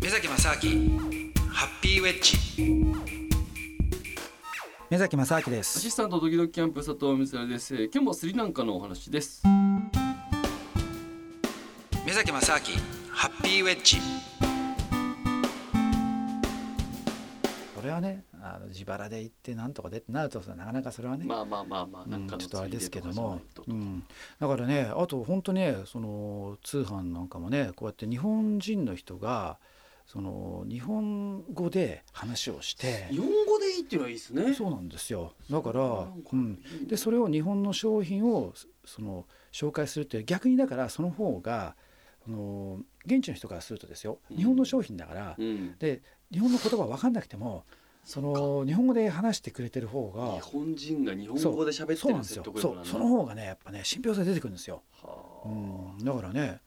目崎正明ハッピーウェッジ目崎正明でアすシスタントドキドキキャンプ佐藤美沙です、えー今日もスリランカのお話です目崎正明ハッピーウェッジそれはねあの自腹で行ってなんとかでってなるとなかなかそれはね、まあまあまあまあなんかのうんちょっとあれですけどついでとかじも、ゃうないとん、だからねあと本当にねその通販なんかもねこうやって日本人の人がその日本語で話をして日本語でいいっていうのはいいですねそうなんですよだかならんかうん、いいでそれを日本の商品をそその紹介するって逆にだからその方があの現地の人からするとですようん日本の商品だから、うんで日本の言葉分かんなくてもその日本語で話してくれてる方日が本人が日本語で喋ってそうるなのんです説よ得そ力うなんだその方がねやっぱね信憑性出てくるんですよ、うはん、だからね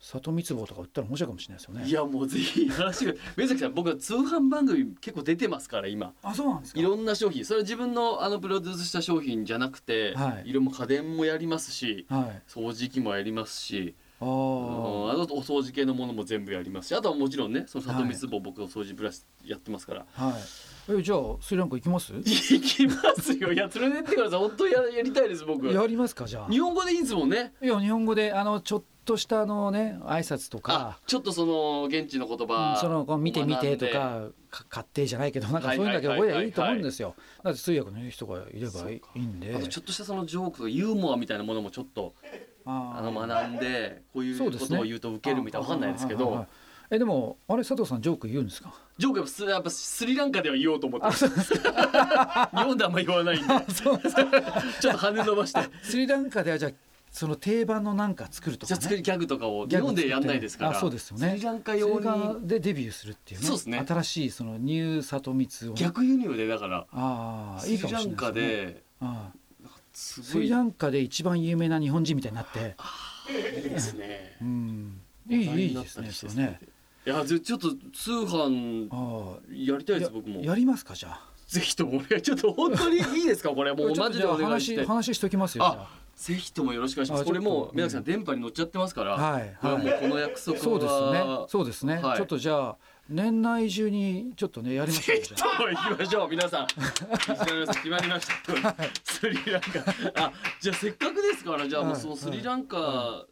里蜜棒とか売ったら面白いかもしれないですよあねいやもうぜひ話が目崎さん僕は通販番組結構出てますから今あそうなんですかいろんな商品それは自分のあのプロデュースした商品じゃなくて、はい色も家電もやりますしはい掃除機もやりますしあうんーあとお掃除系のものも全部やりますしあとはもちろんねその里はい見壺僕お掃除ブラシやってますから。 はいえじゃあスリランカ行きます行きますよいや連れてってください本当にややりたいです僕やりますかじゃあ日本語でいいんですもんねいや日本語であのちょっとしたあのね挨拶とあか、ちょっとその現地の言う葉んそのこう見て見てと学んでかか勝手じゃないけどなんかそういうんだけどはいはい覚えはいはいりゃいいと思うんですよ。だって通訳の人がいればいいいいんであとちょっとしたそのジョークとかユーモアみたいなものもちょっとああーの学んでこういそううでこすとねを言うと受けるみたいなわかんないですけはははどはえでもあれ佐藤さんジョーク言うんですかジョークやっぱスやっぱスリランカでは言おうと思ってます 日本であんま言わないんで ちょっと羽伸ばしてスリランカではじゃあその定番のなんか作るとじか、ゃあ作ね、りギャグとかを日ギャグ本作ってでやんないですからあそうですよねスリランカそ用れがにでデビューするっていうねそうですね新しいそのニュー里光を逆輸入でだからああスいいリかもラしれンなカいですねでああすスごいリランカで一番有名な日本人みたいになっていいですねうんいいいいですねそれねいやじゃあちょっと通販ああやりたいでやす僕もやりますかじゃあぜひともお願いちょっと本当にいいですかこ れもうちょマっとジじでゃあお願いし話て話しときますよじゃあぜひともよろしくお願いしまあすちこょっれともうん宮崎さん電波に乗っちゃってますからあはいこれはもはういこの約束はそうですねそうですねはいちょっとじゃあ年内中にちょっとねやりま しょうじゃあ行きましょう皆さん一緒に決まりま したスリランカあじゃあせっかくですからじゃあもうはいそのスはいリランカ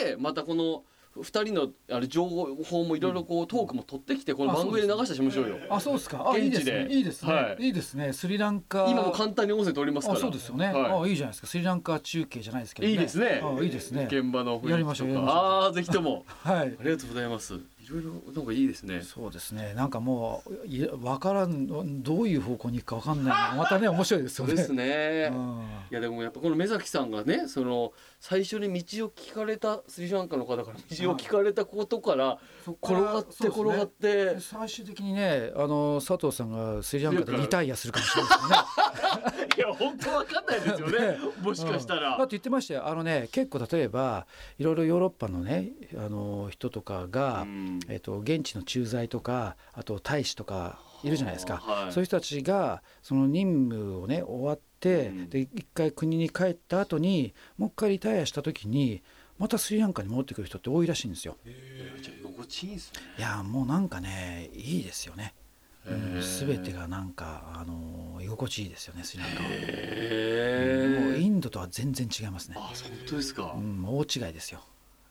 でまたこの二人のあれ情報もいろいろこうトークも取ってきてこの番組で流したりしましょうよ あそうですかあいいですね現地でいいですはねいいいですねスリランカ今も簡単に音声取りますかあらそうですよねはいあいいじゃないですかスリランカ中継じゃないですけどいいですねあいいですね現場の雰囲気とかやりましょうやりましょうああぜひともはいありがとうございますいろいろなんかいいですねそうですねなんかもういやわからんどういう方向に行くかわかんないのがまたね面白いですそようねですねうんいやでもやっぱこの目崎さんがねその最初に道を聞かれたスリランカの方から道を聞かれたことから転がって転がってで最終的にねあの佐藤さんがスリランカでリタイアするかもしれないですよね。 いや本当わかんないですよねもしかしたうんらだって言ってましたよあのね結構例えばいろいろヨーロッパのねあの人とかが、うんえっと現地の駐在とかあと大使とかいるじゃないですか、はいそういう人たちがその任務をね終わって、うんで一回国に帰った後にもう一回リタイアした時にまたスリランカに戻ってくる人って多いらしいんですよ。いやじゃあ居心地いいですねいやもうなんかねいいですよね。うんへー全てがなんかあのー居心地いいですよねスリランカはもうへえインドとは全然違いますねあ本当ですかうん大違いですよ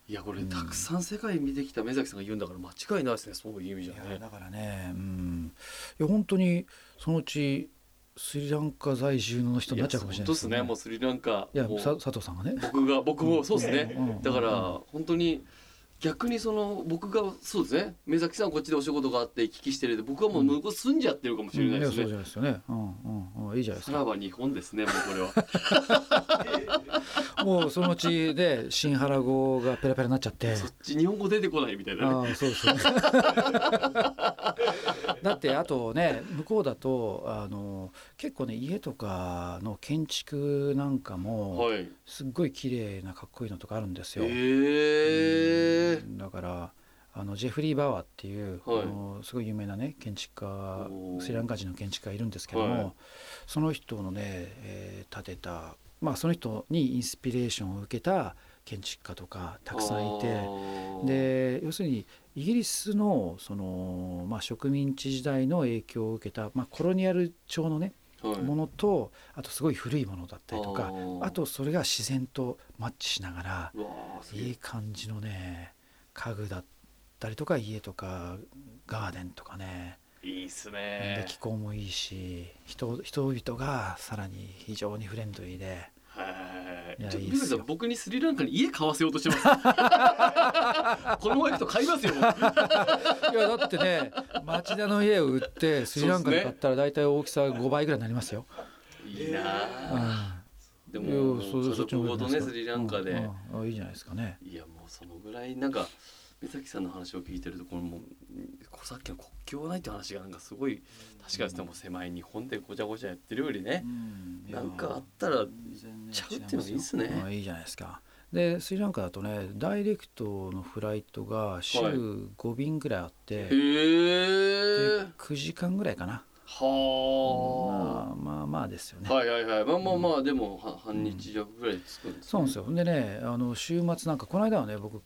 いやこれたくさん世界見てきた目崎さんが言うんだから間違いないですねそういう意味じいゃやねだからねうんいや本当にそのうちスリランカ在住の人になっちゃうかもしれな本い当ですねもうスリランカいやもうさ佐藤さんがね僕が僕もそうですね、うんだからう本当に逆にその僕がそうですね目崎さんはこっちでお仕事があって行き来してるで僕はもう向こう住んじゃってるかもしれないでやすそうね、じゃないですよねうんうんうんいいじゃないですさらかば日本ですねもうこれ はもうそのうちで新原語がペラペラになっちゃってそっち日本語出てこないみたいなねああそうそう だってあとね向こうだとあの結構ね家とかの建築なんかもはいすっごい綺麗なかっこいいのとかあるんですよ、ええだからあのジェフリー・バワーっていう、はいあのすごい有名なね建築家おースリランカ人の建築家いるんですけども、はいその人のね、えー建てたまあその人にインスピレーションを受けた建築家とかたくさんいてで要するにイギリスのその、まあ、植民地時代の影響を受けた、まあ、コロニアル調のねもっのとあとすごい古いものだったりとかあとわそれが自然とマッチしながらあすげえいい感じのね家具だったりとか家とかガーデンとかね、いいっすでね気候もいいし人人々がさらに非常にフレンドリーではいいやちょいいっビルすさよん僕にスリランカに家買わせようとしてます このまま行くと買いますよ僕いやだってね町田の家を売ってスリランカで買ったら大体大きさ5倍ぐらいになりますよ。いいなあうでんもいや家っちの族方ごがといいんじねスゃないですかリランカで、うんうんあいいじゃないですかね。いやもうそのぐらいなんか目崎さんの話を聞いてるとこれもうさっきの国境はないって話がなんかすごい確かにでも狭い日本でごちゃごちゃやってるよりねなんかあったらちゃうっていうのがいいっすねあいいじゃないですかでスリランカだとねダイレクトのフライトが週はい5便ぐらいあって、へえ9時間ぐらいかな、はまあまあまあですよね、あはいはいはいまあまあまあでもは半日弱ぐらいつくんですそうなんですよでねあの週末なんかこの間はね僕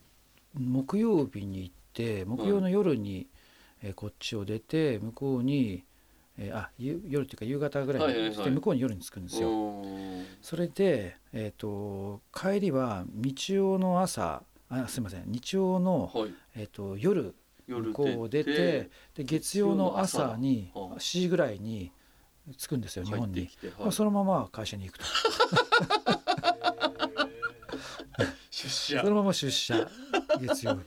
木曜日に行って木曜の夜に、えーこっちを出て向こうに、えーあゆ夜っていうか夕方ぐらいはいはいにはいして向こうに夜に着くんですよ、うんそれで、えー、と帰りは日曜の朝あすいません日曜の、はいえー、と夜夜向こうを出てで月曜の朝に月曜の朝だ7時ぐらいに着くんですよ日帰っ本てにき。てまあそのまま会社に行くと出社そのまま出社月曜 日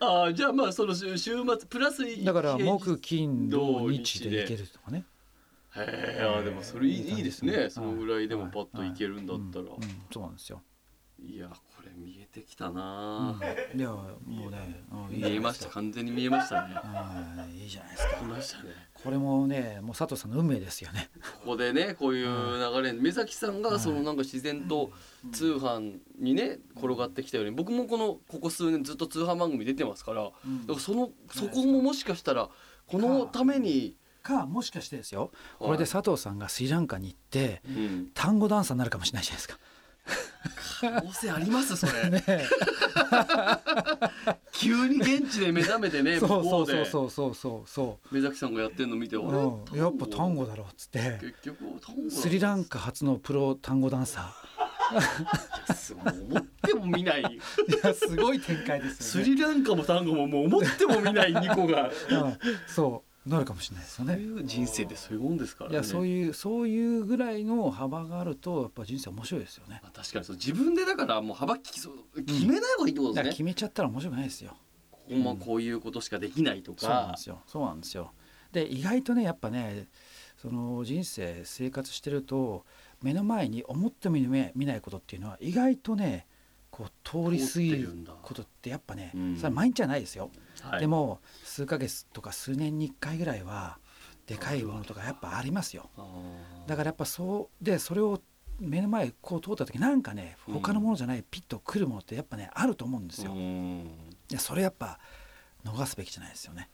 ああじゃあまあその週週末プラスだから平日木金土土日日でで行けるとかねへえあーでもそれいいいいですねそのぐらいでもはいパッといけるんだったら、うんうんそうなんですよ、いやこれ見えてきたな、うん、いやもうねうんいいじ見ゃなえいでますした完全に見えましたねはいいいじゃないですか見ましたねこれもねもう佐藤さんの運命ですよねここでねこういう流れ目崎さんはがいそのなんか自然と通販にね転がってきたように僕もこのここ数年ずっと通販番組出てますからだからそのそこももしかしたらこのためにかもしかしてですよこれで佐藤さんがスリランカに行ってうん単語ダンサーになるかもしれないじゃないですか。可能性ありますそれ ねえ急に現地で目覚めてねそうそう向こでそうそうそうそ目崎さんがやってんの見てあう、れうん、やっぱ単語だろうっつって結局単語だスリランカ初のプロ単語ダンサすごい思っても見ない ーいやすごい展開ですスよねリランカも単語ももう思っても見ない2個がうん、そうなるかもしれないですよそうねいう人生ってそういうもんですからいねやそういうそういうぐらいの幅があるとやっぱ人生面白いですよねまあ確かにそう自分でだからもう幅利きそう決めない方がいいってことだからです決ね、めちゃったら面白くないですよここもこういうことしかできないとそうなんかですよそうなんですよで意外とねやっぱねその人生生活してると目の前に思っても見ないことっていうのは意外とねこう通り過ぎ通ってるるんだことってやっぱね、うんそれは毎日じゃないですよ、はいでも数ヶ月とか数年に1回ぐらいはでかいものとかやっぱありますよあーだからやっぱそうでそれを目の前こう通った時なんかねうん他のものじゃないピッと来るものってやっぱねあると思うんですよ、うーんでそれやっぱ逃すべきじゃないですよね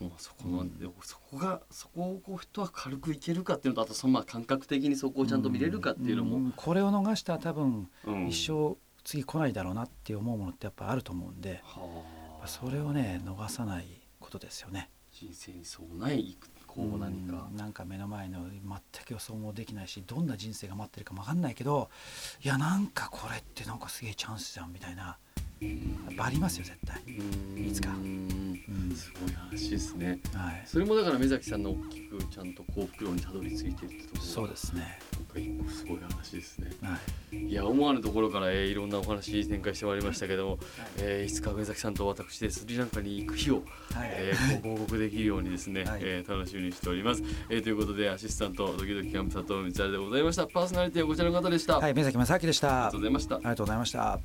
もうそこまでそこがそこをこう人は軽くいけるかっていうのとあとそのまあ感覚的にそこをちゃんと見れるかっていうのも、んこれを逃したら多分うん一生次来ないだろうなって思うものってやっぱあると思うんではあそれをね逃さないことですよね人生にそうないこう何かうんなんか目の前の全く予想もできないしどんな人生が待ってるかも分かんないけどいやなんかこれってなんかすげえチャンスじゃんみたいなやっぱありますよ絶対、いいつかうんすごい話ですねはい、それもだから目崎さんの大きくちゃんと幸福論にたどり着いてるってところがそうですね、なんか一個すごい話ですねはい、いや思わぬところから、えーいろんなお話展開してまいりましたけども、えーいつか目崎さんと私でスリランカに行く日を、はいえーご報告できるようにですね、はいえー楽しみにしております、えーということでアシスタントドキドキキャンプ佐藤光晴でございましたパーソナリティはこちらの方でした、はありい、目崎正明でしたがとうございましたありがとうございました